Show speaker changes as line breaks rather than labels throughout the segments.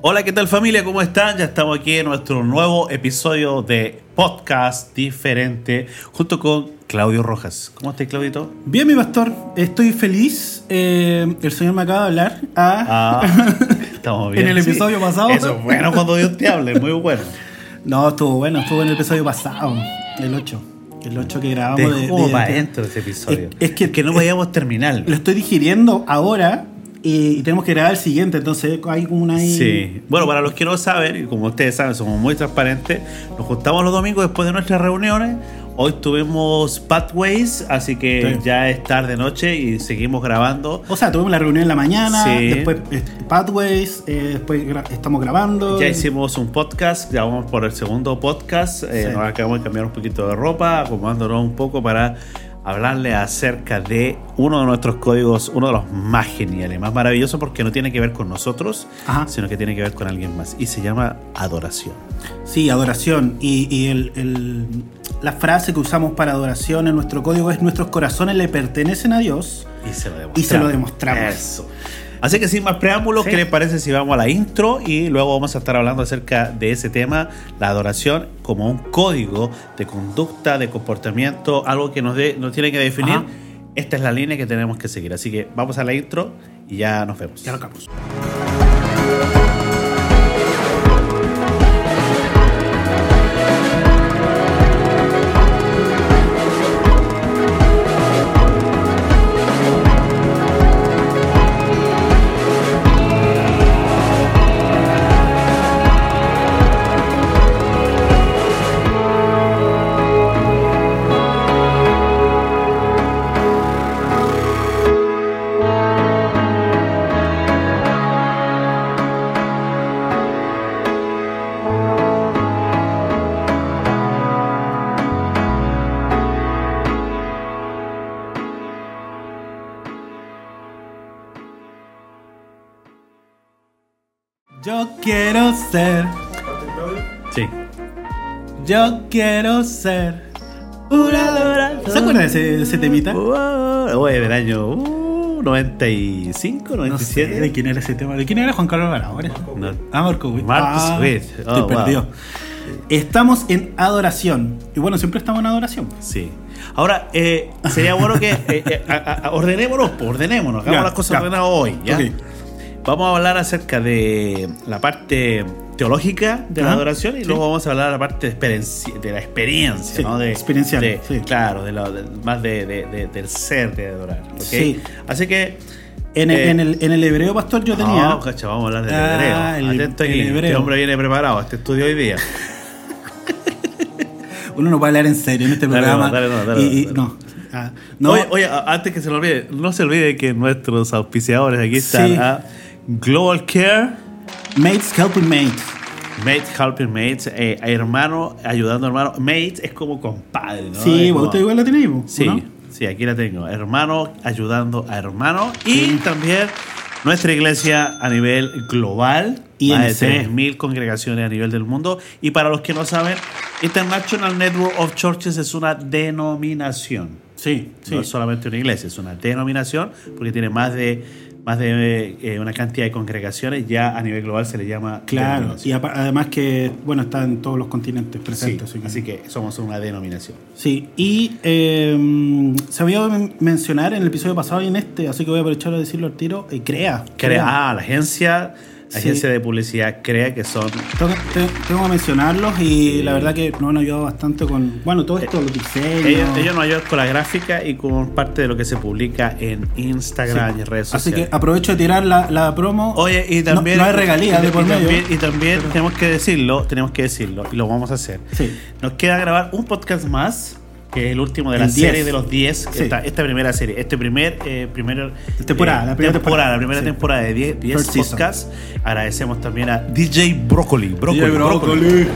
Hola, ¿qué tal familia? ¿Cómo están? Ya estamos aquí en nuestro nuevo episodio de podcast diferente junto con Claudio Rojas. ¿Cómo estás, Claudito?
Bien, mi pastor, estoy feliz. Eh, el Señor me acaba de hablar. Ah.
Ah, estamos bien.
En el episodio pasado.
Eso es bueno cuando Dios te hable, muy bueno.
No, estuvo bueno, estuvo en el episodio pasado, el 8. El 8 que
Te
grabamos de.
como
de-
para adentro ese episodio.
Es- es que-
no podíamos terminar.
Lo estoy digiriendo ahora y, y tenemos que grabar el siguiente, entonces hay como una. ahí-
Sí. Bueno, para los que no saben, y como ustedes saben, somos muy transparentes, nos juntamos los domingos después de nuestras reuniones. Hoy tuvimos Pathways, así que
Sí.
ya es tarde noche y seguimos grabando.
O sea, tuvimos la reunión en la mañana,
Sí.
después eh, Pathways, eh, después gra- estamos grabando.
Ya hicimos un podcast, ya vamos por el segundo podcast. eh,
Sí.
Nos acabamos de cambiar un poquito de ropa, acomodándonos un poco para hablarle acerca de uno de nuestros códigos, uno de los más geniales, más maravillosos, porque no tiene que ver con nosotros,
Ajá.
sino que tiene que ver con alguien más. Y se llama adoración.
Sí, adoración. Y, y el- el- la frase que usamos para adoración en nuestro código es: nuestros corazones le pertenecen a Dios.
Y se lo demostramos.
Y se lo demostramos.
Eso. Así que sin más preámbulos,
Sí.
¿qué les parece si vamos a la intro? Y luego vamos a estar hablando acerca de ese tema, la adoración como un código de conducta, de comportamiento, algo que nos, de- nos tiene que definir.
Ajá.
Esta es la línea que tenemos que seguir. Así que vamos a la intro y ya nos vemos.
Ya arrancamos. Yo quiero ser,
Sí.
yo quiero ser una adoración. ¿Se acuerdan de ese, de ese temita?
Wow, oye, del año uh, 95,
No sé
97.
de quién era ese tema. ¿De quién era Juan Carlos Barahona?
No.
Ah, Marco Witt.
Marcos
Ah,
Witt.
Estoy
Oh, wow.
perdido. Estamos en adoración. Y bueno, siempre estamos en adoración.
Sí. Ahora, eh, sería bueno que eh, eh, a- a- a- ordenémonos, pues, ordenémonos, hagamos
Ya,
las cosas
ya.
ordenadas hoy. ¿ya?
Ok.
Vamos a hablar acerca de la parte teológica de la
Ajá,
adoración y
sí.
luego vamos a hablar de la parte de, experiencia- de la experiencia,
Sí,
¿no? De,
experiencial,
de-
sí.
Claro, de la- de- más de, de- de- del ser de adorar. ¿ok?
Sí.
Así que.
En el,
eh,
en el, en el hebreo, pastor, yo tenía.
no, cacha, vamos a hablar del
Ah,
hebreo.
el-
Atento
el
aquí, este
hebreo.
hombre viene preparado, este estudio hoy día.
Uno no puede hablar en serio en este
Dale,
programa.
no, dale, no, dale,
y, y-
dale.
no. Ah, no.
Oye, oye, a- antes que se lo olvide, no se olvide que nuestros auspiciadores aquí están
Sí.
ah, Global Care,
Mates helping mates.
Mate Helping Mates, eh, hermano ayudando a hermano. Mate es como compadre, ¿no?
sí,
Es
vos
como-
usted igual lo tenéis, vos,
Sí,
¿no?
sí, aquí la tengo. Hermano ayudando a hermano y también nuestra iglesia a nivel global.
INC.
Más de 3.000 congregaciones a nivel del mundo. Y para los que no saben, International Network of Churches es una denominación.
Sí, sí.
No es solamente una iglesia, es una denominación, porque tiene más de más de eh, una cantidad de congregaciones, ya a nivel global se le llama
Claro, y
denominación.
apa- además que, bueno, está en todos los continentes
Sí,
presentes.
así que somos una denominación.
Sí, y eh, se había men- mencionar en el episodio pasado y en este, así que voy a aprovechar a decirlo al tiro, eh, CREA.
Crea, ah, la agencia, la
Sí.
agencia de publicidad CREA, que son
Tengo, que- te- tengo que mencionarlos y la verdad que nos han ayudado bastante con, bueno, todo esto, los diseños.
ellos, ellos nos ayudan con la gráfica y con parte de lo que se publica en Instagram y en redes
Así
sociales.
que aprovecho de tirar la, la promo.
ah, Oye, y también.
No, no hay regalías
y-
de
y
por medio.
también- Y también tenemos que decirlo, tenemos que decirlo, y lo vamos a hacer.
Sí.
Nos queda grabar un podcast más, que es el último de la
El
serie
10.
de los 10, que
Sí.
está- esta primera serie, este primer, eh, primer,
Temporada,
eh,
la primera temporada.
la primera
Sí.
temporada de 10 10
First season.
podcasts. Agradecemos también a DJ Broccoli, Broccoli,
Brócoli.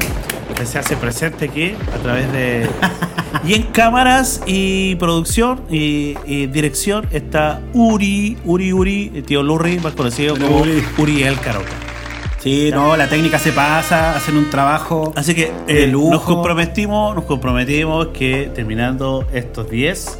que se hace presente aquí a través de... Y en cámaras y producción y, y dirección está Uri, Uri, Uri, el tío Lurri, más conocido
Hola,
como
Uri.
Uriel Caroca.
Sí, no, la técnica se pasa, hacen un trabajo.
Así que
De
eh,
lujo.
nos comprometimos, nos comprometimos que terminando estos 10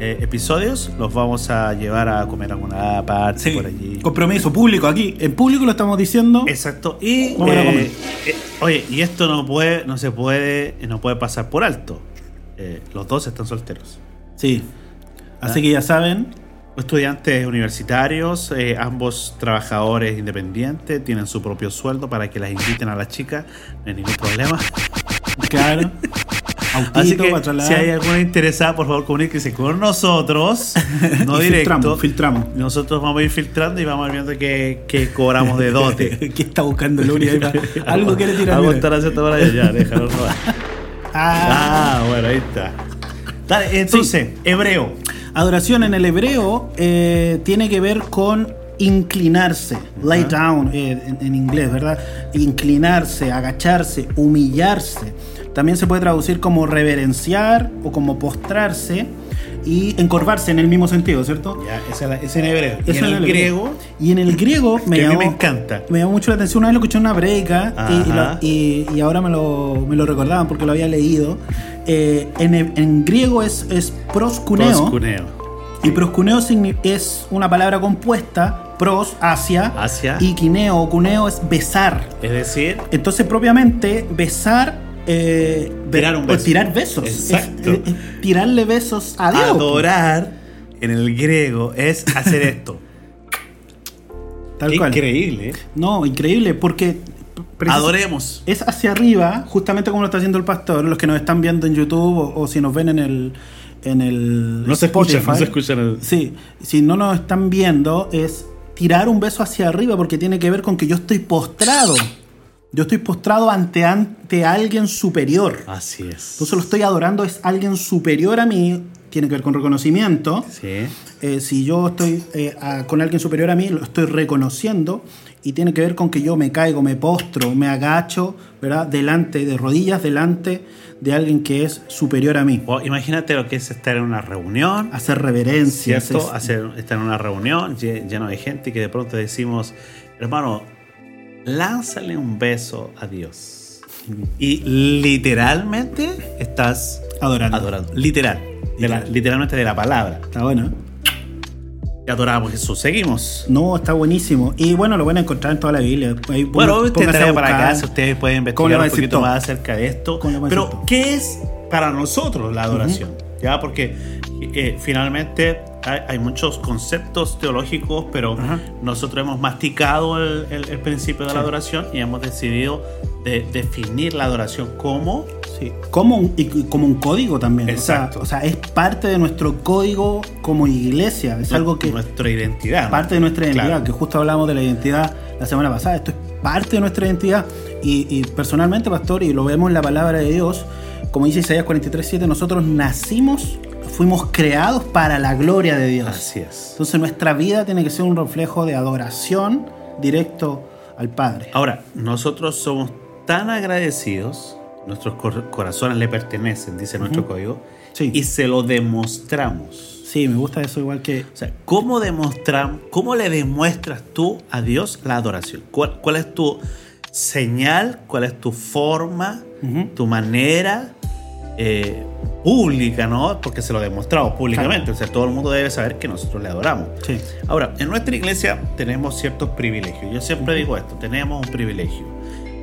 eh, episodios, los vamos a llevar a comer alguna parte
Sí.
por allí.
Compromiso público aquí. En público lo estamos diciendo.
Exacto. Y
Vamos a la
eh,
comer.
eh, oye, y esto no puede, no se puede, no puede pasar por alto. Eh, los dos están solteros.
Sí.
Ah.
Así que ya saben.
Estudiantes universitarios, eh, ambos trabajadores independientes, tienen su propio sueldo para que las inviten a las chicas, no hay ningún problema.
Claro. Autito
Así que
para trasladar.
si hay alguna interesada, por favor comuníquese con nosotros, no
Y
directo.
Filtramos. filtramos.
Nosotros vamos a ir filtrando y vamos a ir viendo qué, qué cobramos de dote.
¿Qué está buscando Luri? ahí para- Algo quiere tirar.
Algo
mira.
estará haciendo para allá, ya, déjalo nomás.
Ah.
Ah, bueno, ahí está. Dale, entonces, hebreo.
Adoración en el hebreo eh, tiene que ver con inclinarse, lay
Ah.
down eh, en, en inglés, ¿verdad? Inclinarse, agacharse, humillarse. También se puede traducir como reverenciar o como postrarse y encorvarse en el mismo sentido, ¿cierto?
Ya, esa es, la- es en hebreo. Y
Eso
en
es
el
lo que-
griego,
Y en el griego me
que a mí
llamó-
me encanta.
me llamó mucho la atención. Una vez lo escuché en una breca y- y, lo-
Ajá.
y- y ahora me lo, me lo recordaban porque lo había leído. Eh, en, en griego es, es proscuneo.
Proscuneo.
Y proscuneo signi- es una palabra compuesta, pros, hacia,
Hacia.
y quineo o cuneo es besar.
Es decir,
Entonces, propiamente, besar. eh, be-
Tirar un
o
beso.
tirar besos.
Exacto.
Es- es- es tirarle besos a Dios.
adorar en el griego es hacer esto.
Tal cual.
Increíble.
No, increíble, porque. precis-
Adoremos.
Es hacia arriba, justamente como lo está haciendo el pastor, los que nos están viendo en YouTube o, o si nos ven en el. En el Spotify.
escuchan.
Sí, si no nos están viendo, es tirar un beso hacia arriba porque tiene que ver con que yo estoy postrado. Yo estoy postrado ante, ante alguien superior.
Así es.
Entonces lo estoy adorando, es alguien superior a mí, tiene que ver con reconocimiento.
Sí.
Eh, si yo estoy eh, a- con alguien superior a mí, lo estoy reconociendo y tiene que ver con que yo me caigo, me postro, me agacho, ¿verdad? Delante, de rodillas, delante de alguien que es superior a mí.
O imagínate lo que es estar en una reunión,
Hacer reverencias.
¿cierto?
es-
Hacer, estar en una reunión lle- lleno de gente que de pronto decimos, hermano, lánzale un beso a Dios. Y literalmente estás
adorando.
adorando. Literal. De la-
Literal.
literalmente de la palabra.
Está bueno.
Te adoramos, Jesús. Seguimos.
No, está buenísimo. Y bueno, lo van a encontrar en toda la Biblia. Ahí
Bueno,
ponga-
usted
póngase
trae
a
para
buscar.
acá, si ustedes pueden
¿Cómo le
investigar
va a
un
decir
poquito
todo?
más acerca de esto.
¿Cómo le va a decir
Pero,
todo?
¿qué es para nosotros la adoración? Ya, porque eh, finalmente hay, hay muchos conceptos teológicos, pero
Ajá.
nosotros hemos masticado el, el- el principio de la
Sí.
adoración y hemos decidido de- definir la adoración como
Sí. Como un, y como un código también. O sea,
Exacto.
O sea, es parte de nuestro código como iglesia. Es algo que
nuestra identidad. ¿no?
parte de nuestra identidad,
Claro.
que justo hablamos de la identidad la semana pasada. Esto es parte de nuestra identidad. Y, y personalmente, pastor, y lo vemos en la palabra de Dios, como dice Isaías 43.7, nosotros nacimos, fuimos creados para la gloria de Dios.
Así es.
Entonces nuestra vida tiene que ser un reflejo de adoración directo al Padre.
Ahora, nosotros somos tan agradecidos, nuestros cor- corazones le pertenecen, dice nuestro código,
Sí.
y se lo demostramos.
Sí, me gusta eso igual que...
O sea, ¿cómo, demostram- ¿cómo le demuestras tú a Dios la adoración? ¿Cuál, cuál es tu señal? ¿Cuál es tu forma?
Ujú.
¿Tu manera? eh, pública, ¿no? Porque se lo demostramos públicamente. O sea, todo el mundo debe saber que nosotros le adoramos.
Sí.
Ahora, en nuestra iglesia tenemos ciertos privilegios. Yo siempre digo esto, tenemos un privilegio.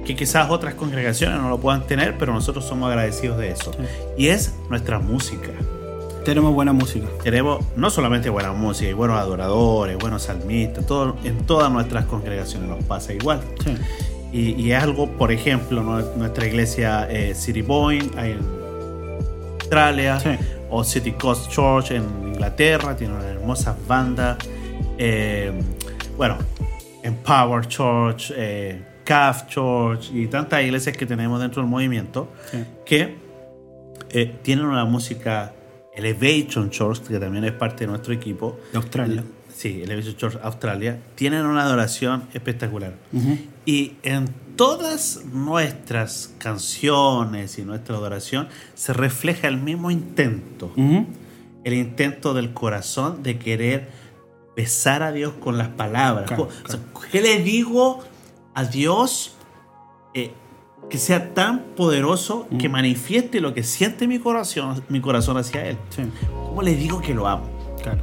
Que quizás otras congregaciones no lo puedan tener, pero nosotros somos agradecidos de eso. Y es nuestra música.
Tenemos buena música.
Tenemos no solamente buena música, y buenos adoradores, buenos salmistas, todo, en todas nuestras congregaciones nos pasa igual.
Sí.
Y, y es algo, por ejemplo, nue- nuestra iglesia eh, City Point ahí en Australia,
Sí.
o City Coast Church en Inglaterra, tiene unas hermosas bandas. eh, bueno, Empower Church, eh, Calf Church y tantas iglesias que tenemos dentro del movimiento
Sí.
que eh, tienen una música Elevation Church, que también es parte de nuestro equipo.
De Australia.
Sí, Elevation Church Australia. Tienen una adoración espectacular.
Ujú.
Y en todas nuestras canciones y nuestra adoración se refleja el mismo intento,
Ujú.
el intento del corazón de querer besar a Dios con las palabras.
Claro,
O sea, ¿Qué le digo a Dios eh, que sea tan poderoso que manifieste lo que siente mi corazón, mi corazón hacia él.
Sí.
¿Cómo le digo que lo amo?
Claro.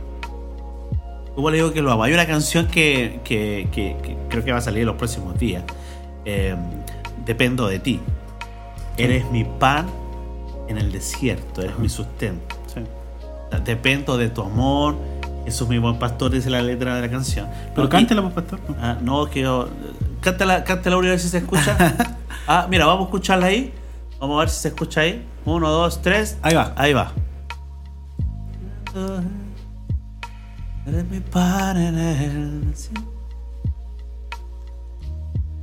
¿Cómo le digo que lo amo? Hay una canción que, que- que- que creo que va a salir en los próximos días. Eh, Dependo de ti. Eres mi pan en el desierto, eres mi sustento.
Sí.
O sea, Dependo de tu amor. Jesús, mi buen pastor, dice la letra de la canción.
Pero
Y-
cántela, pues, pastor.
Ah, no, que yo. Cántala, cántala Uri, a ver si se escucha. Ah, mira, vamos a escucharla ahí. Vamos a ver si se escucha ahí. Uno, dos, tres.
Ahí va.
Ahí va. Eres mi padre en el cielo.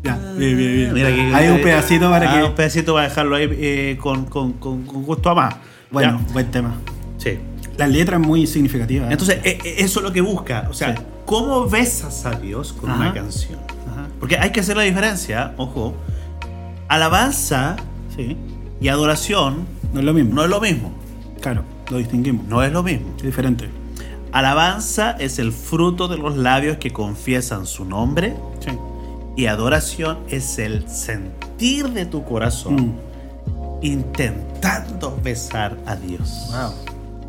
Ya. Bien, bien, bien.
Mira que-
Hay un pedacito para
Ah,
que.
Un pedacito para dejarlo ahí eh, con, con- con- con gusto a más.
Bueno,
Ya.
buen tema.
Sí.
La letra es muy significativa. ¿eh?
Entonces, e- e- eso es lo que busca. O sea,
Sí.
¿cómo besas a Dios con
Ajá.
una canción?
Ajá.
Porque hay que hacer la diferencia, ojo. Alabanza
Sí.
y adoración
No es lo mismo.
no es lo mismo.
Claro, lo distinguimos.
No es lo mismo.
Es diferente.
Alabanza es el fruto de los labios que confiesan su nombre
Sí.
y adoración es el sentir de tu corazón
Mm.
intentando besar a Dios.
Wow.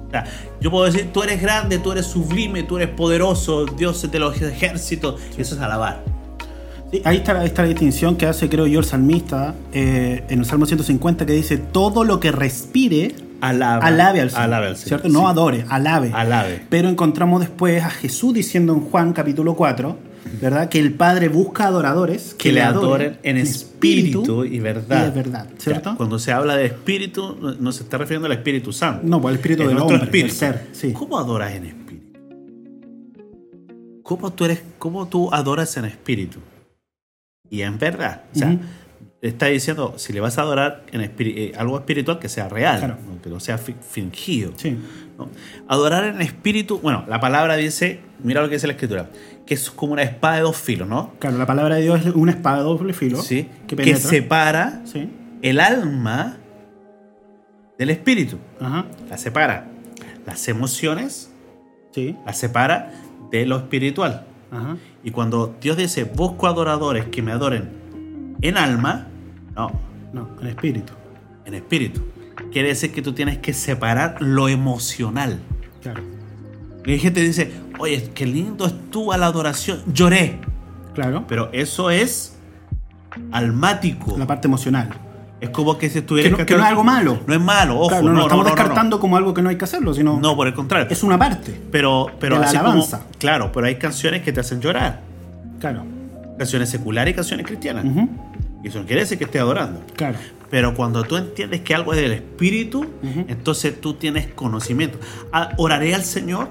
O sea, yo puedo decir, tú eres grande, tú eres sublime, tú eres poderoso, Dios de los ejércitos. Eso es alabar.
Sí, ahí está, la- está la distinción que hace, creo yo, el salmista eh, en el Salmo 150 que dice: Todo lo que respire,
Alabe,
alabe al Señor.
Alabe al Señor.
¿Cierto? No
Sí.
adore, alabe.
Alabe.
Pero encontramos después a Jesús diciendo en Juan capítulo 4, ¿verdad? Que el Padre busca adoradores
que le adoren en espíritu y verdad.
Y es verdad,
O sea,
¿cierto?
cuando se habla de espíritu, no- no se está refiriendo al Espíritu Santo.
No, pues, el espíritu
Es
del
nuestro
hombre, del ser, sí.
¿Cómo adoras en espíritu? ¿Cómo tú, eres, ¿Cómo tú adoras en espíritu? Y en verdad. O sea,
Ujú.
está diciendo, si le vas a adorar en espiri- eh, algo espiritual, que sea real,
Claro.
¿no? que no sea fi- fingido.
Sí.
¿no? Adorar en espíritu, bueno, la palabra dice, mira lo que dice la escritura, que es como una espada de dos filos, ¿no?
Claro, la palabra de Dios es una espada de doble filo
Sí,
que
que
penetra.
separa
Sí.
el alma del espíritu.
Ajá.
La separa. Las emociones
Sí.
las separa de lo espiritual.
Ajá.
Y cuando Dios dice, busco adoradores que me adoren en alma, no,
No, el espíritu.
en espíritu. Quiere decir que tú tienes que separar lo emocional.
Claro.
Y hay gente que dice, oye, qué lindo estuvo la adoración. Lloré.
Claro.
Pero eso es almático.
La parte emocional.
Es como que si
Que
estuviera
no, que no es algo malo.
No es malo, ojo.
Claro, no,
no,
lo
no,
estamos
no, no, no.
descartando como algo que no hay que hacerlo, sino
No, por el contrario.
es una parte.
Pero, pero
De la
así como-
alabanza.
claro, pero hay canciones que te hacen llorar.
Claro.
Canciones seculares y canciones cristianas.
Ujú.
Y eso no quiere decir que esté adorando.
Claro.
Pero cuando tú entiendes que algo es del espíritu, entonces tú tienes conocimiento. Ah, Oraré al Señor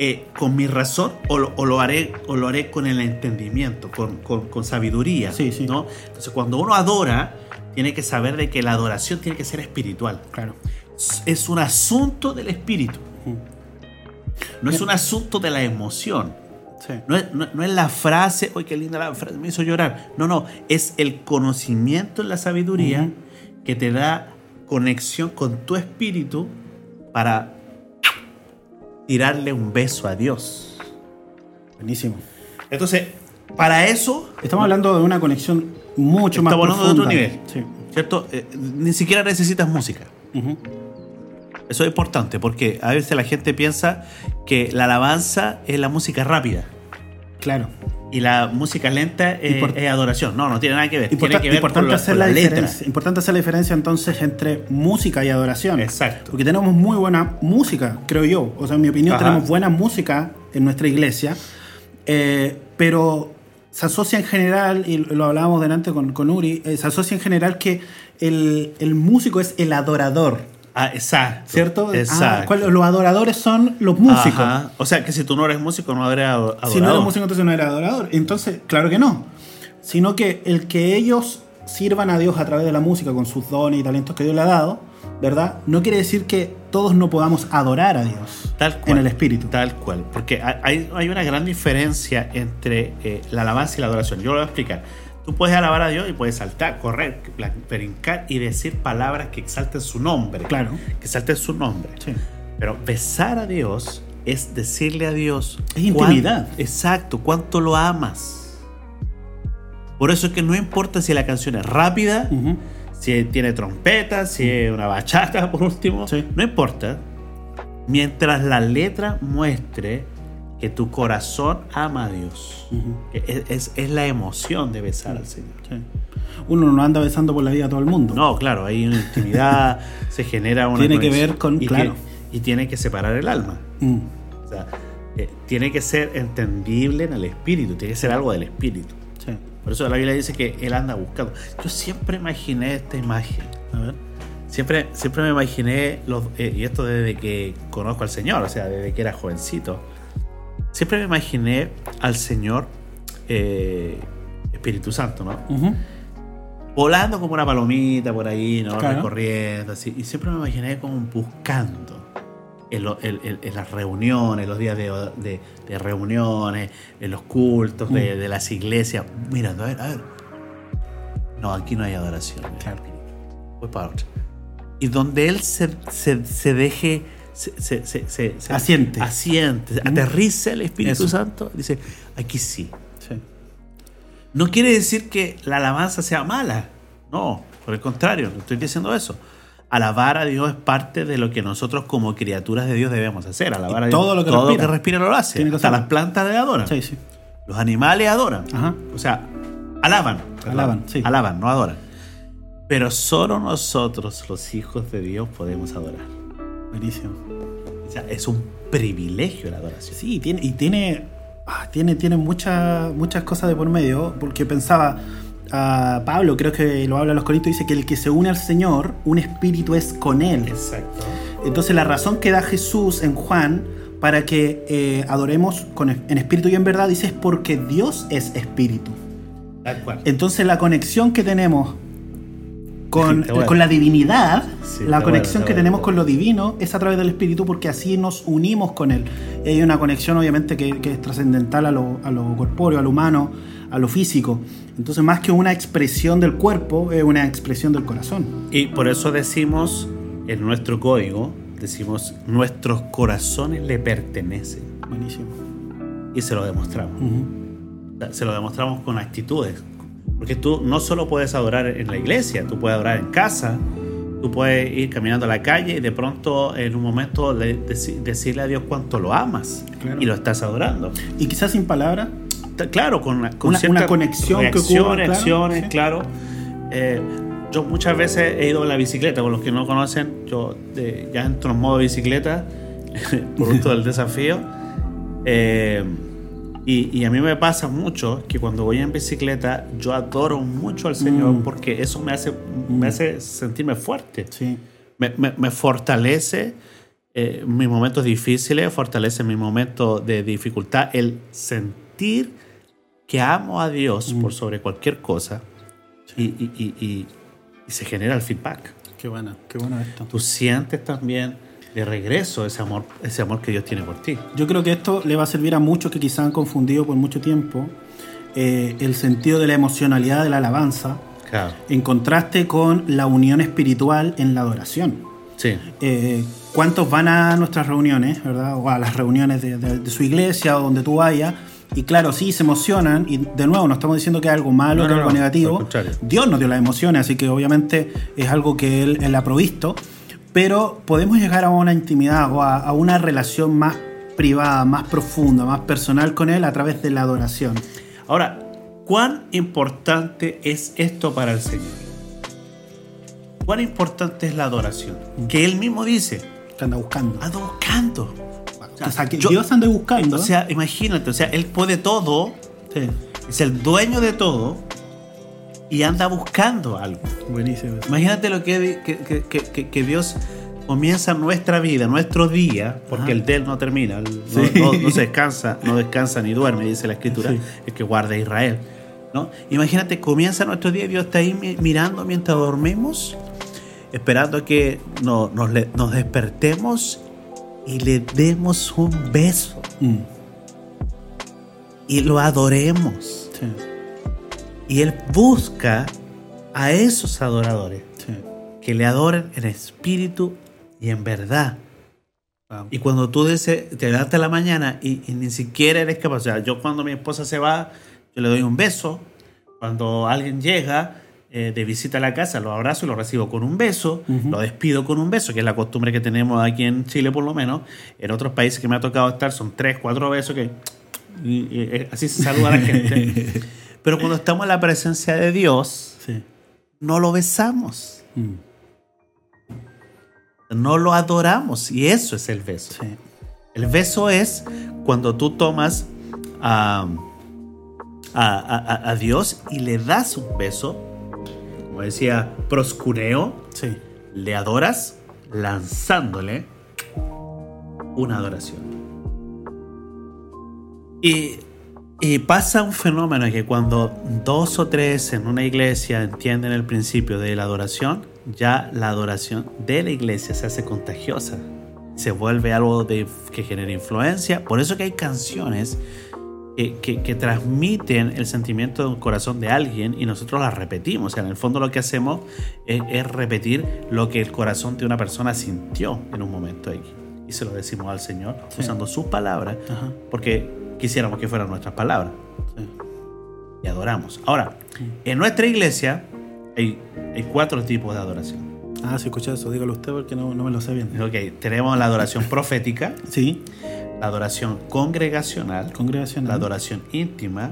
eh, con mi razón o lo, o lo haré, o lo haré con el entendimiento, con, con- con sabiduría.
Sí, sí.
¿no? Entonces cuando uno adora, tiene que saber de que la adoración tiene que ser espiritual.
Claro.
Es un asunto del espíritu.
Ujú.
No es un asunto de la emoción.
Sí.
No es, no- no es la frase, hoy qué linda la frase, me hizo llorar. No, no, es el conocimiento en la sabiduría que te da conexión con tu espíritu para tirarle un beso a Dios.
Buenísimo.
Entonces, para eso,
Estamos hablando de una conexión mucho más
Estamos hablando de otro
profunda.
nivel.
Sí.
¿cierto? Eh, ni siquiera necesitas música.
Ujú.
Eso es importante porque a veces la gente piensa que la alabanza es la música rápida.
Claro.
Y la música lenta es,
Import-
es adoración. No, no tiene nada que ver. tiene
Importa-
que ver
importante
con, lo-
hacer
con
la,
la letra.
diferencia. Importante hacer la diferencia entonces entre música y adoración.
Exacto.
Porque tenemos muy buena música, creo yo. O sea, en mi opinión,
Ajá.
tenemos buena música en nuestra iglesia. eh, pero se asocia en general, y lo hablábamos delante con, con Uri, eh, se asocia en general que el, el músico es el adorador,
Ah, exacto.
¿cierto? Ah,
Exacto.
¿cuál- los adoradores son los músicos.
Ajá. O sea, que si tú no eres músico, no eres ado- adorador.
Si no era músico, entonces no era adorador. Entonces, claro que no. Sino que el que ellos sirvan a Dios a través de la música con sus dones y talentos que Dios le ha dado, ¿verdad? No quiere decir que todos no podamos adorar a Dios
Tal cual.
en el espíritu.
Tal cual. Porque ha- hay, hay una gran diferencia entre eh, la alabanza y la adoración. Yo lo voy a explicar. Tú puedes alabar a Dios y puedes saltar, correr, pla- brincar y decir palabras que exalten su nombre.
Claro.
Que exalten su nombre.
Sí.
Pero besar a Dios es decirle a Dios.
Es
cuán-
intimidad.
exacto, cuánto lo amas. Por eso es que no importa si la canción es rápida,
Ujú.
si tiene trompeta, si es una bachata, por último,
Sí.
no importa. Mientras la letra muestre que tu corazón ama a Dios, que es, es- es la emoción de besar al Señor.
Sí. Uno no anda besando por la vida a todo el mundo.
No, claro, hay una intimidad, se genera una.
Tiene que
conexión.
ver con-
Y
claro.
tie- y tiene que separar el alma.
Mm.
O sea, eh, tiene que ser entendible en el espíritu, tiene que ser algo del espíritu.
Sí.
Por eso la Biblia dice que él anda buscando. Yo siempre imaginé esta imagen. A ver. Siempre, siempre me imaginé, los, eh, y esto desde que conozco al Señor, o sea, desde que era jovencito. Siempre me imaginé al Señor eh, Espíritu Santo, ¿no?
Ujú.
volando como una palomita por ahí, ¿no?
Claro.
Recorriendo, así. Y siempre me imaginé como buscando en, lo- en- en- en las reuniones, los días de, de- de reuniones, en los cultos, de,
Mm.
de las iglesias, mirando, a ver, a ver. No, aquí no hay adoración.
Claro.
Voy para otra. Y donde él se, se- se deje. Se, se, se- se- se-
Asiente.
asiente, aterriza el Espíritu
Eso.
Santo, dice, aquí sí.
Sí.
No quiere decir que la alabanza sea mala. No, por el contrario, no estoy diciendo eso. Alabar a Dios es parte de lo que nosotros como criaturas de Dios debemos hacer. Alabar a Dios.
todo lo que respira.
lo hace.
Tiene que
Hasta
hacerlo.
las plantas le adoran.
Sí, sí.
Los animales adoran.
Ajá.
O sea, alaban. perdón.
Alaban, sí.
Alaban, no adoran. Pero solo nosotros, los hijos de Dios, podemos adorar.
Buenísimo.
O sea, es un privilegio la adoración.
Sí, tiene, y tiene, ah, tiene, tiene muchas muchas cosas de por medio, porque pensaba, ah, Pablo creo que lo habla en los Corintios, dice que el que se une al Señor, un espíritu es con él.
Exacto.
Entonces la razón que da Jesús en Juan para que eh, adoremos con, en espíritu y en verdad, dice es porque Dios es espíritu.
Tal cual.
Entonces la conexión que tenemos con,
Está bueno.
con la divinidad,
Sí,
la
está
conexión
bueno, está
que
bueno.
tenemos con lo divino es a través del Espíritu porque así nos unimos con Él. Y hay una conexión obviamente que, que es trascendental a lo, a lo corpóreo, a lo humano, a lo físico. Entonces más que una expresión del cuerpo, es una expresión del corazón.
Y por eso decimos en nuestro código, decimos nuestros corazones le pertenecen.
Buenísimo.
Y se lo demostramos.
Ujú.
O sea, Se lo demostramos con actitudes. Porque tú no solo puedes adorar en la iglesia, tú puedes adorar en casa, tú puedes ir caminando a la calle y de pronto en un momento le- deci- decirle a Dios cuánto lo amas
Claro.
y lo estás adorando.
Y quizás sin palabras,
T- Claro, con, una- con
Una-
cierta
una conexión que
reacción,
ocurre, claro,
acciones,
sí.
claro. Eh, yo muchas veces he ido en la bicicleta, con los que no conocen, yo eh, ya entro en modo bicicleta, producto del desafío. Eh, y, y a mí me pasa mucho que cuando voy en bicicleta, yo adoro mucho al Señor
Mm.
porque eso me hace, me hace sentirme fuerte
sí.
me, me- me fortalece eh, mis momentos difíciles, fortalece mis momentos de dificultad, el sentir que amo a Dios por sobre cualquier cosa y, y- y- y- y se genera el feedback.
Qué bueno, qué bueno esto.
Tú sientes también de regreso ese amor, ese amor que Dios tiene por ti.
Yo creo que esto le va a servir a muchos que quizás han confundido por mucho tiempo eh, el sentido de la emocionalidad de la alabanza
Claro.
en contraste con la unión espiritual en la adoración.
Sí.
Eh, ¿Cuántos van a nuestras reuniones, verdad? O a las reuniones de, de- de su iglesia o donde tú vayas. Y claro, sí, se emocionan. Y de nuevo, no estamos diciendo que es algo malo,
No,
que es
no, no,
algo
al
negativo.
contrario.
Dios nos dio las emociones, así que obviamente es algo que Él, Él ha provisto. Pero podemos llegar a una intimidad o a, a una relación más privada, más profunda, más personal con Él a través de la adoración.
Ahora, ¿cuán importante es esto para el Señor? ¿Cuán importante es la adoración? Que Él mismo dice,
Que anda buscando.
ando buscando.
O sea, que
Ah, yo-
Dios anda buscando.
O sea, imagínate, o sea, él puede todo,
Sí,
es el dueño de todo y anda buscando algo.
buenísimo.
Imagínate lo que, que- que- que- que- que Dios comienza nuestra vida, nuestro día, porque
Ajá.
el de él no termina, el- no,
Sí.
no- no se descansa, no descansa ni duerme, dice la escritura,
Sí.
el que guarda a Israel. ¿no? Imagínate, comienza nuestro día y Dios está ahí mi- mirando mientras dormimos, esperando que no- nos, le- nos despertemos y le demos un beso
Mm,
y lo adoremos.
sí,
Y Él busca a esos adoradores
sí.
que le adoren en espíritu y en verdad.
Wow.
Y cuando tú dices, te levantas en la mañana y, y ni siquiera eres capaz, o sea, yo cuando mi esposa se va, yo le doy un beso, Cuando alguien llega eh, de visita a la casa, lo abrazo y lo recibo con un beso,
Ujú.
lo despido con un beso, que es la costumbre que tenemos aquí en Chile por lo menos. En otros países que me ha tocado estar son tres, cuatro besos que y- y- eh, así se saluda la gente. Pero cuando estamos en la presencia de Dios,
Sí.
no lo besamos,
Mm,
no lo adoramos y eso es el beso.
sí.
El beso es cuando tú tomas a, a- a- a Dios y le das un beso. Como decía, proscuneo,
Sí.
le adoras lanzándole una adoración. Y, y pasa un fenómeno que cuando dos o tres en una iglesia entienden el principio de la adoración, ya la adoración de la iglesia se hace contagiosa. Se vuelve algo de- que genera influencia. Por eso que hay canciones que, que- que transmiten el sentimiento de un corazón de alguien y nosotros las repetimos. O sea, en el fondo lo que hacemos es, es repetir lo que el corazón de una persona sintió en un momento X. Y se lo decimos al Señor
Sí.
usando sus palabras
Ajá.
porque quisiéramos que fueran nuestras palabras
Sí.
y adoramos. Ahora,
Sí.
en nuestra iglesia hay, hay cuatro tipos de adoración.
Ah, sí, escuché eso. Dígalo usted porque no, no me lo sé bien.
Ok, tenemos la adoración profética,
Sí.
la adoración congregacional,
Congregacional.
la adoración íntima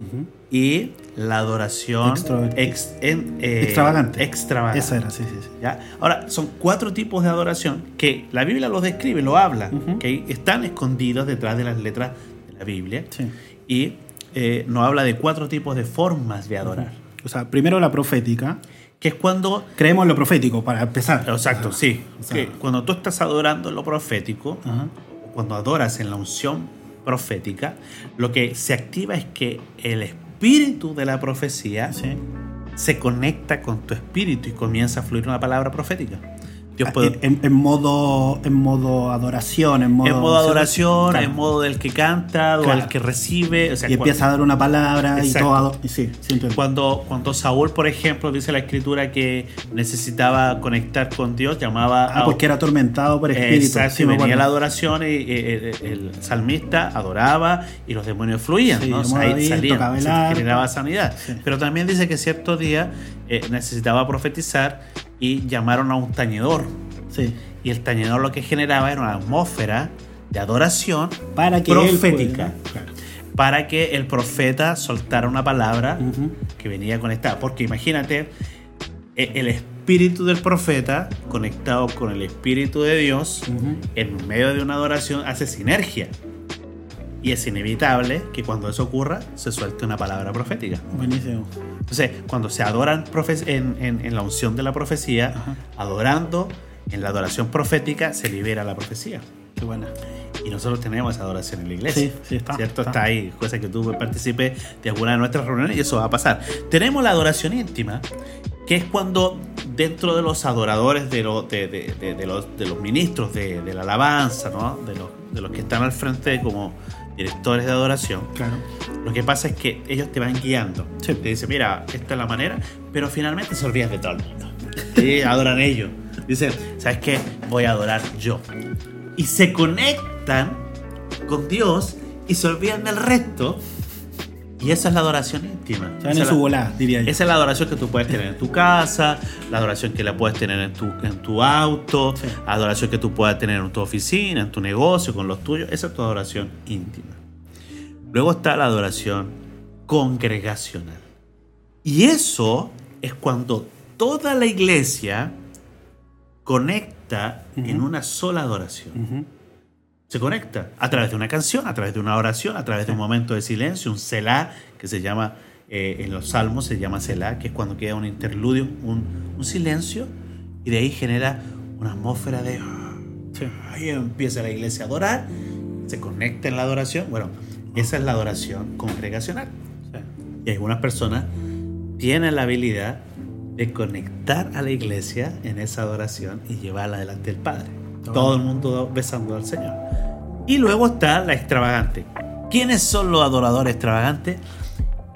Ujú.
y la adoración
Extrovertida.
ex- en- eh,
Extravagante.
extravagante.
Esa era, sí, sí, sí.
¿Ya? Ahora, son cuatro tipos de adoración que la Biblia los describe, lo habla,
Ujú.
que están escondidos detrás de las letras de la Biblia
Sí.
y eh, nos habla de cuatro tipos de formas de adorar.
O sea, primero la profética.
Que es cuando
Creemos en lo profético, para empezar.
Exacto,
Ajá.
sí.
O sea-
Que cuando tú estás adorando lo profético,
Ajá.
cuando adoras en la unción profética, lo que se activa es que el espíritu de la profecía
Sí.
se conecta con tu espíritu y comienza a fluir una palabra profética. Dios
Ah,
puede,
en, en modo, en modo adoración, en modo,
en modo adoración,
Claro.
en modo del que canta o
Claro.
el que recibe. O sea,
Y empieza a dar una palabra y
Exacto.
todo. ado- y Sí, sí, entiendo.
Cuando, cuando Saúl, por ejemplo, dice la escritura que necesitaba conectar con Dios, llamaba
Ah,
a, eh,
porque era atormentado por espíritu.
Exacto,
sí,
y
me
venía
acuerdo.
la adoración y, eh, eh, el salmista adoraba y los demonios fluían,
Sí,
¿no? O sea,
llamaba
ahí
a David,
salían,
tocaba el
se
arpa.
generaba sanidad.
Sí.
Pero también dice que cierto día eh, necesitaba profetizar y llamaron a un tañedor.
Sí.
Y el tañedor lo que generaba era una atmósfera de adoración
Para que él
profética
pueda- Claro.
para que el profeta soltara una palabra
Ujú.
que venía conectada. Porque imagínate, e- el espíritu del profeta conectado con el espíritu de Dios
Ujú.
en medio de una adoración hace sinergia. Y es inevitable que cuando eso ocurra se suelte una palabra profética.
Buenísimo.
Entonces, cuando se adoran profe- en, en- en la unción de la profecía,
Ajá.
adorando en la adoración profética, se libera la profecía.
Qué buena.
Y nosotros tenemos esa adoración en la iglesia.
Sí, sí, está,
¿Cierto?
está.
Está, ahí, cosa que tú participes de alguna de nuestras reuniones y eso va a pasar. Tenemos la adoración íntima, que es cuando dentro de los adoradores, de, lo- de- de- de- de los, de los ministros de, de la alabanza, ¿no? de, los, de los que están al frente como directores de adoración,
Claro.
lo que pasa es que ellos te van guiando.
Sí.
Te dicen, mira, esta es la manera, pero finalmente se olvidan de todo el mundo. Y adoran ellos. Dicen, ¿sabes qué? Voy a adorar yo. Y se conectan con Dios y se olvidan del resto. Y esa es la adoración íntima.
Se
Esa
van en
es
su
la-
volada, diría yo.
esa es la adoración que tú puedes tener en tu casa, la adoración que la puedes tener en tu, en tu auto,
Sí.
adoración que tú puedas tener en tu oficina, en tu negocio, con los tuyos. Esa es tu adoración íntima. Luego está la adoración congregacional. Y eso es cuando toda la iglesia conecta en
Ujú.
una sola adoración
Ujú.
se conecta a través de una canción, a través de una oración, a través de un momento de silencio, un selah, que se llama, eh, en los salmos se llama selah, que es cuando queda un interludio, un, un silencio, y de ahí genera una atmósfera de...
Sí.
Ahí empieza la iglesia a adorar, se conecta en la adoración. Bueno, esa es la adoración congregacional.
Sí.
Y algunas personas tienen la habilidad de conectar a la iglesia en esa adoración y llevarla delante del Padre.
Todo.
Todo el mundo besando al Señor. Y luego está la extravagante. ¿Quiénes son los adoradores extravagantes?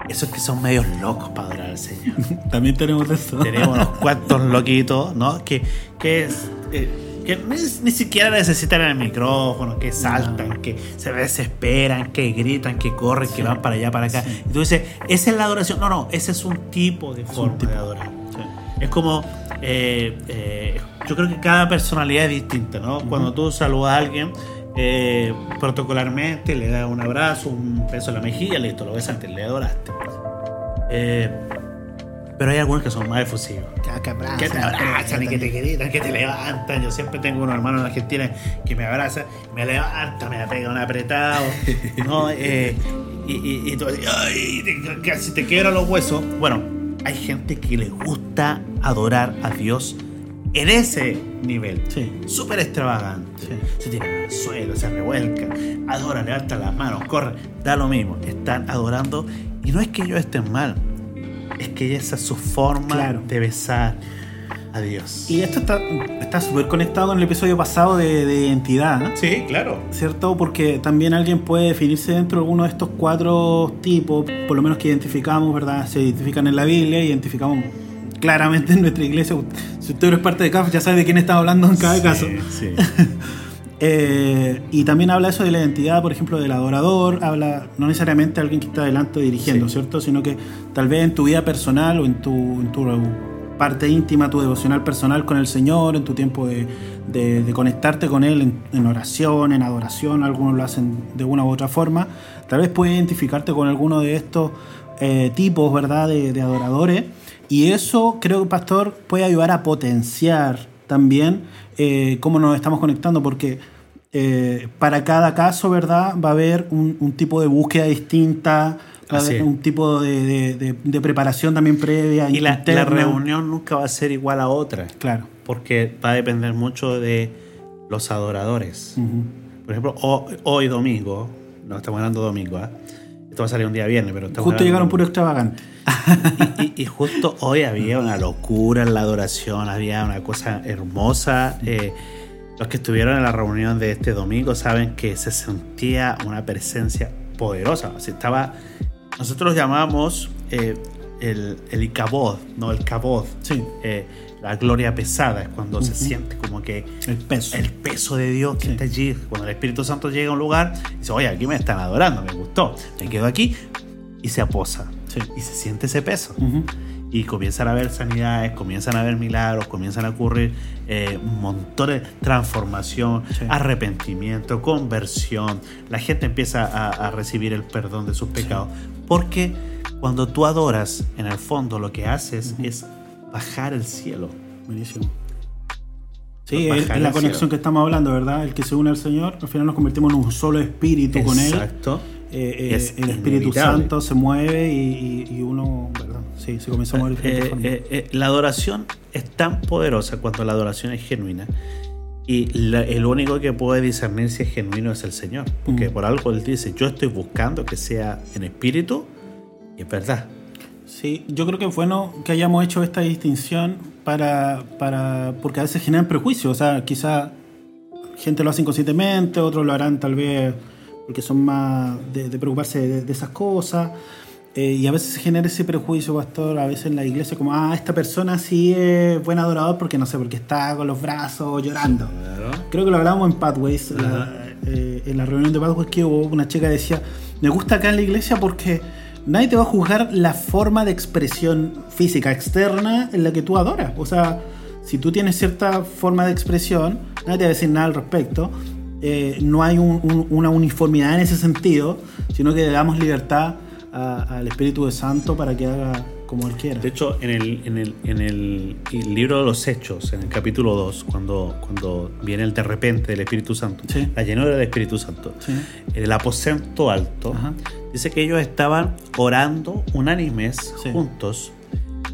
Esos que son medios locos para adorar al Señor.
También tenemos eso.
Tenemos unos cuantos loquitos, ¿no? Que, que es, eh, que ni, ni siquiera necesitan el micrófono, que saltan, que se desesperan, que gritan, que corren, que van para allá, para acá. Y tú dices, esa es la adoración. No, no, ese es un tipo de forma
tipo.
de adorar. Es como, eh, eh, yo creo que cada personalidad es distinta, ¿no? Cuando tú saludas a alguien, eh, protocolarmente le das un abrazo, un beso en la mejilla, listo, lo besaste, le adoraste. Eh, pero hay algunos que son más efusivos.
Ah,
Que te abrazan y que te gritan, que te levantan. Yo siempre tengo unos hermanos en Argentina que me abrazan, me levantan, me pegan un apretado. ¿no? Eh, y, y, y tú así, ay, te- casi te quiebran los huesos. Bueno, hay gente que le gusta adorar a Dios en ese nivel.
Sí.
Súper extravagante.
Sí.
Se tiran al suelo, se revuelcan, adoran, levantan las manos, corren. Da lo mismo. Están adorando. Y no es que ellos estén mal. Es que esa es su forma
Claro.
de besar a Dios.
Y esto está está súper conectado con el episodio pasado de, de identidad, ¿no?
Sí, claro.
¿cierto? Porque también alguien puede definirse dentro de alguno de estos cuatro tipos, por lo menos que identificamos, ¿verdad? Se identifican en la Biblia, identificamos claramente en nuestra iglesia. Si usted no es parte de CAF, ya sabe de quién está hablando en cada
Sí,
caso.
sí.
Eh, y también habla eso de la identidad, por ejemplo, del adorador, habla no necesariamente alguien que está adelante dirigiendo,
Sí.
¿cierto? Sino que tal vez en tu vida personal o en tu, en tu parte íntima, tu devocional personal con el Señor, en tu tiempo de, de- de conectarte con Él en, en oración, en adoración, algunos lo hacen de una u otra forma, tal vez puedes identificarte con alguno de estos eh, tipos, ¿verdad?, de, de adoradores. Y eso creo que, Pastor, puede ayudar a potenciar también eh, cómo nos estamos conectando, porque eh, para cada caso, ¿verdad? Va a haber un, un tipo de búsqueda distinta, va a
Así
haber
es.
un tipo de, de- de- de preparación también previa.
Y la, la
interna.
reunión nunca va a ser igual a otra,
Claro.
porque va a depender mucho de los adoradores.
Ujú.
Por ejemplo, ho- hoy domingo, no estamos hablando domingo, ¿ah? esto va a salir un día viernes, pero estamos
Justo
grabando
llegaron
domingo.
puros extravagantes.
y, y- y justo hoy había una locura en la adoración, había una cosa hermosa. eh, los que estuvieron en la reunión de este domingo saben que se sentía una presencia poderosa. O sea, estaba, nosotros llamamos eh, el, el Icabod, no el Cabod,
Sí,
eh, la gloria pesada, es cuando se
Ujú.
siente como que
el peso.
el peso de Dios que
Sí.
está allí. Cuando el Espíritu Santo llega a un lugar, dice, oye, aquí me están adorando, me gustó, me quedo aquí y se aposa.
Sí.
Y se siente ese peso.
Ujú.
Y comienzan a haber sanidades, comienzan a haber milagros, comienzan a ocurrir eh, montones de transformación,
Sí.
arrepentimiento, conversión. La gente empieza a, a recibir el perdón de sus pecados. Porque cuando tú adoras, en el fondo lo que haces es bajar el cielo.
Buenísimo. Sí,
Bajar
es, es
el cielo.
la conexión que estamos hablando, ¿verdad? El que se une al Señor, al final nos convertimos en un solo espíritu con Él.
Exacto.
Eh, eh,
Es
el Espíritu
inevitable.
Santo se mueve y, y- y uno, ¿verdad? Sí, se comienza a mover. de diferentes
Eh,
formas.
eh, eh, la adoración es tan poderosa cuando la adoración es genuina. Y la- el único que puede discernir si es genuino es el Señor. Porque
Mm.
por algo Él dice, yo estoy buscando que sea en espíritu y es verdad.
Sí, yo creo que es bueno que hayamos hecho esta distinción para, para porque a veces generan prejuicios, o sea, quizá gente lo hace inconscientemente, otros lo harán tal vez porque son más de, de preocuparse de, de esas cosas, eh, y a veces se genera ese prejuicio, pastor, a veces en la iglesia como, ah, esta persona sí es buen adorador porque no sé, porque está con los brazos llorando. Creo que lo hablábamos en Pathways, la- eh, en la reunión de Pathways que hubo una chica decía, me gusta acá en la iglesia porque nadie te va a juzgar la forma de expresión física externa en la que tú adoras. O sea, si tú tienes cierta forma de expresión, nadie te va a decir nada al respecto. Eh, no hay un- un- una uniformidad en ese sentido, sino que le damos libertad a- al Espíritu de Santo para que haga como Él quiera.
De hecho, en el, en el- en el- el libro de los Hechos, en el capítulo 2, cuando, cuando viene el de repente del Espíritu Santo,
Sí.
la llenura del Espíritu Santo,
Sí.
en el aposento alto,
Ajá.
dice que ellos estaban orando unánimes,
Sí.
juntos,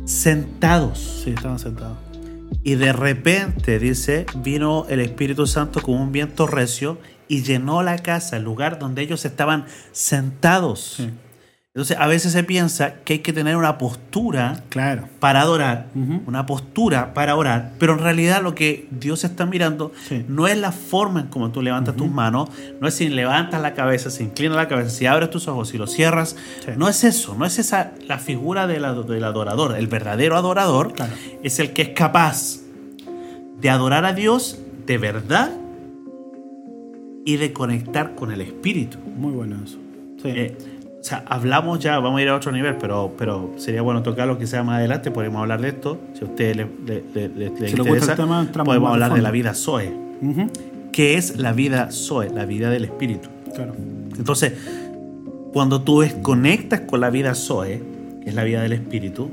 sentados.
Sí, estaban sentados.
Y de repente, dice, vino el Espíritu Santo con un viento recio y llenó la casa, el lugar donde ellos estaban sentados.
Sí.
Entonces, a veces se piensa que hay que tener una postura
Claro.
para adorar,
Ujú.
una postura para orar, pero en realidad lo que Dios está mirando
Sí.
no es la forma en cómo tú levantas tus manos, no es si levantas la cabeza, si inclinas la cabeza, si abres tus ojos, si los cierras,
Sí.
no es eso, no es esa la figura del, ado- del adorador, el verdadero adorador
Claro.
es el que es capaz de adorar a Dios de verdad y de conectar con el espíritu.
Muy bueno eso. Sí.
Eh, o sea, hablamos ya, vamos a ir a otro nivel, pero, pero sería bueno tocarlo quizás más adelante, podemos hablar de esto, si a usted le, le- le- le- le
Si le gusta el
interesa,
tema, entramos más
podemos
a
hablar de
fondo.
la vida Zoe.
Ujú,
¿Qué es la vida Zoe? La vida del espíritu.
Claro.
Entonces, cuando tú desconectas con la vida Zoe, que es la vida del espíritu,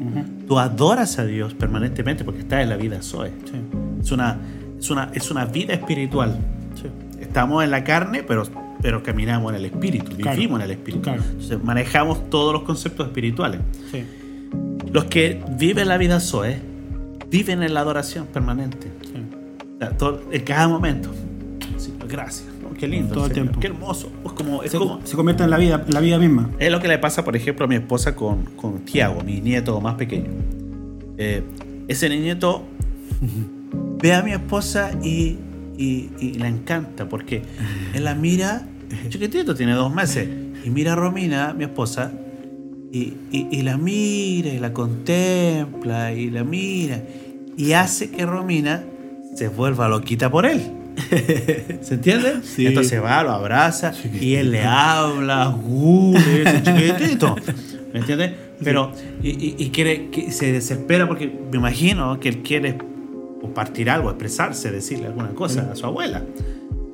tú adoras a Dios permanentemente porque estás en la vida Zoe.
Sí.
Es una, es una, es una vida espiritual.
Sí.
Estamos en la carne, pero, pero caminamos en el espíritu,
Claro.
vivimos en el espíritu.
Claro.
Entonces, manejamos todos los conceptos espirituales.
Sí.
Los que viven la vida Zoe viven en la adoración permanente.
sí.
O sea, todo- en cada momento. Señor, gracias. ¿no? Qué lindo.
Todo el
Señor,
tiempo.
Qué hermoso. Es, como, es
Se,
como-
se convierte en la vida, la vida misma.
es lo que le pasa, por ejemplo, a mi esposa con, con Tiago, mi nieto más pequeño. Eh, ese nieto ve a mi esposa y, y, y la encanta porque él la mira, chiquitito, tiene dos meses, y mira a Romina, mi esposa, y, y- y la mira, y la contempla, y la mira, y hace que Romina se vuelva loquita por él. ¿Se entiende?
Sí.
Entonces va, lo abraza y él le habla, "Uh", le dice, chiquitito. ¿Me entiendes? Pero, y, y- y quiere, que se desespera porque me imagino que él quiere compartir algo, expresarse, decirle alguna cosa a su abuela,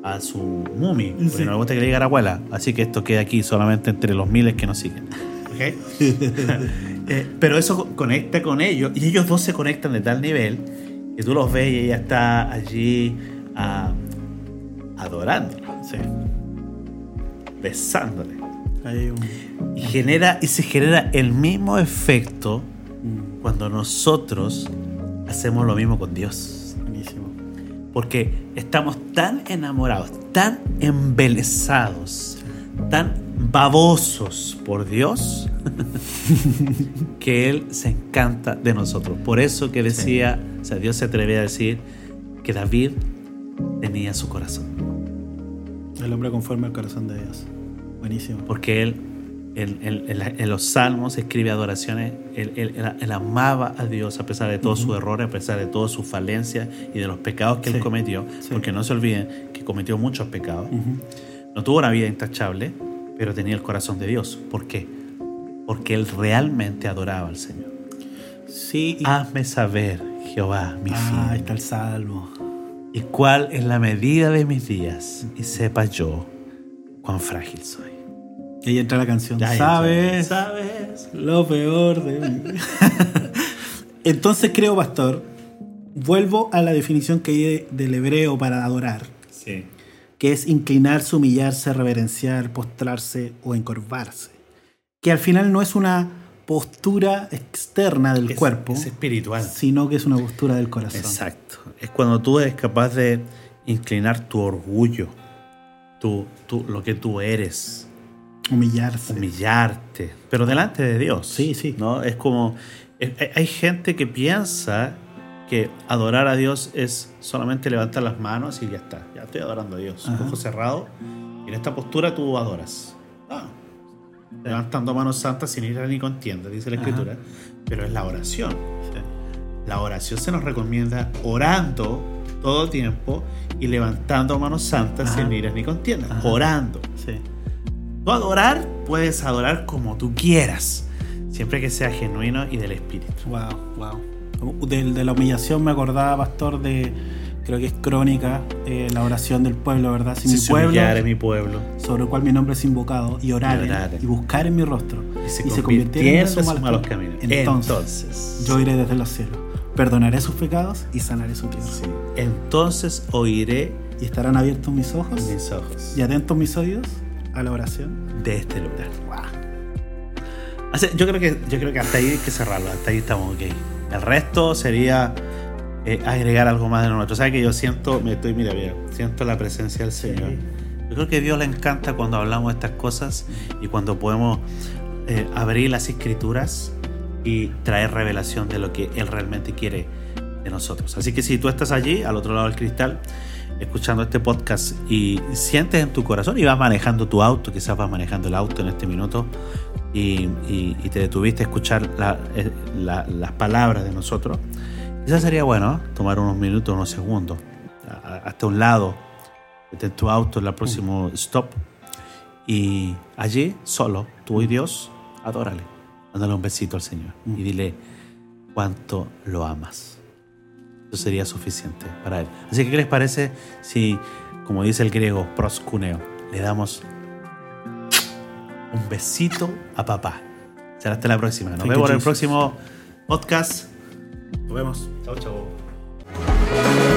a su mumi. Porque
Sí.
no le gusta que le digan abuela. Así que esto queda aquí solamente entre los miles que nos siguen. ¿Ok? Eh, pero eso co- conecta con ellos y ellos dos se conectan de tal nivel que tú los ves y ella está allí ah, adorándole,
Sí.
besándole.
Ahí hay un.
Y, genera, y se genera el mismo efecto
Mm,
cuando nosotros hacemos lo mismo con Dios.
buenísimo.
Porque estamos tan enamorados, tan embelezados, tan babosos por Dios, que Él se encanta de nosotros. Por eso que decía, o sea, Dios se atreve a decir que David tenía su corazón.
El hombre conforme al corazón de Dios. Buenísimo.
Porque Él, en, en- en la- en los salmos, escribe adoraciones, él, él- él- él amaba a Dios a pesar de todos sus errores, a pesar de todas sus falencias y de los pecados que
Sí.
Él cometió.
Sí.
Porque no se olviden que cometió muchos pecados.
Ujú,
No tuvo una vida intachable, pero tenía el corazón de Dios. ¿Por qué? Porque él realmente adoraba al Señor.
Sí. y-
Hazme saber, Jehová, mi
Ah, ahí
fin,
está el salmo.
y cuál es la medida de mis días, y sepa yo cuán frágil soy.
Y ahí entra la canción.
Ya, ya,
¿Sabes?
¿Sabes?
Lo peor de mí. Entonces creo, pastor, vuelvo a la definición que hay de- del hebreo para adorar,
Sí.
que es inclinarse, humillarse, reverenciar, postrarse o encorvarse. Que al final no es una postura externa del
Es-
cuerpo,
Es espiritual.
sino que es una postura del corazón.
Exacto. Es cuando tú eres capaz de inclinar tu orgullo, tu, tu- lo que tú eres,
Humillarse.
humillarte, pero delante de Dios.
Sí, sí.
¿no? Es como, es- hay- hay gente que piensa que adorar a Dios es solamente levantar las manos y ya está, ya estoy adorando a Dios,
Ajá.
ojos cerrados, y en esta postura tú adoras. Ah, levantando manos santas sin ir ni contienda, dice la
Ajá.
Escritura, pero es la oración. La oración se nos recomienda orando todo el tiempo y levantando manos santas
Ajá.
sin iras ni contiendas,
Ajá.
orando.
Sí.
Tú adorar, puedes adorar como tú quieras, siempre que sea genuino y del espíritu.
Wow, wow. De, de la humillación me acordaba, pastor, de creo que es crónica, eh, la oración del pueblo, ¿verdad? Si mi
se
pueblo,
humillara mi pueblo
sobre el cual mi nombre es invocado, y
Y
orar
oraren.
y buscar en mi rostro,
y se, convirtiera en sus malos caminos. Entonces,
entonces yo iré desde los cielos, perdonaré sus pecados y sanaré su tierra.
sí, entonces oiré
Y estarán abiertos mis ojos
mis ojos
y atentos mis oídos a la oración.
de este lugar.
Wow.
O sea, yo, creo que, yo creo que hasta ahí hay que cerrarlo, hasta ahí estamos ok. El resto sería eh, agregar algo más de nosotros. ¿Sabes que yo siento, me estoy, mira, mira, siento la presencia del Señor? Yo creo que a Dios le encanta cuando hablamos de estas cosas y cuando podemos eh, abrir las escrituras y traer revelación de lo que Él realmente quiere de nosotros. Así que si tú estás allí, al otro lado del cristal, escuchando este podcast y sientes en tu corazón y vas manejando tu auto, quizás vas manejando el auto en este minuto y, y- y te detuviste a escuchar la- eh, la- las palabras de nosotros, quizás sería bueno tomar unos minutos, unos segundos a- hasta un lado de tu auto, el próximo stop. Y allí, solo, tú y Dios, adórale. Mándale un besito al Señor y dile cuánto lo amas. Eso sería suficiente para él. Así que, ¿qué les parece si, como dice el griego, proscuneo, le damos un besito a papá? Será hasta la próxima. Nos
Thank
vemos
you,
en el
Jesus.
próximo podcast.
Nos vemos.
Chau, chau.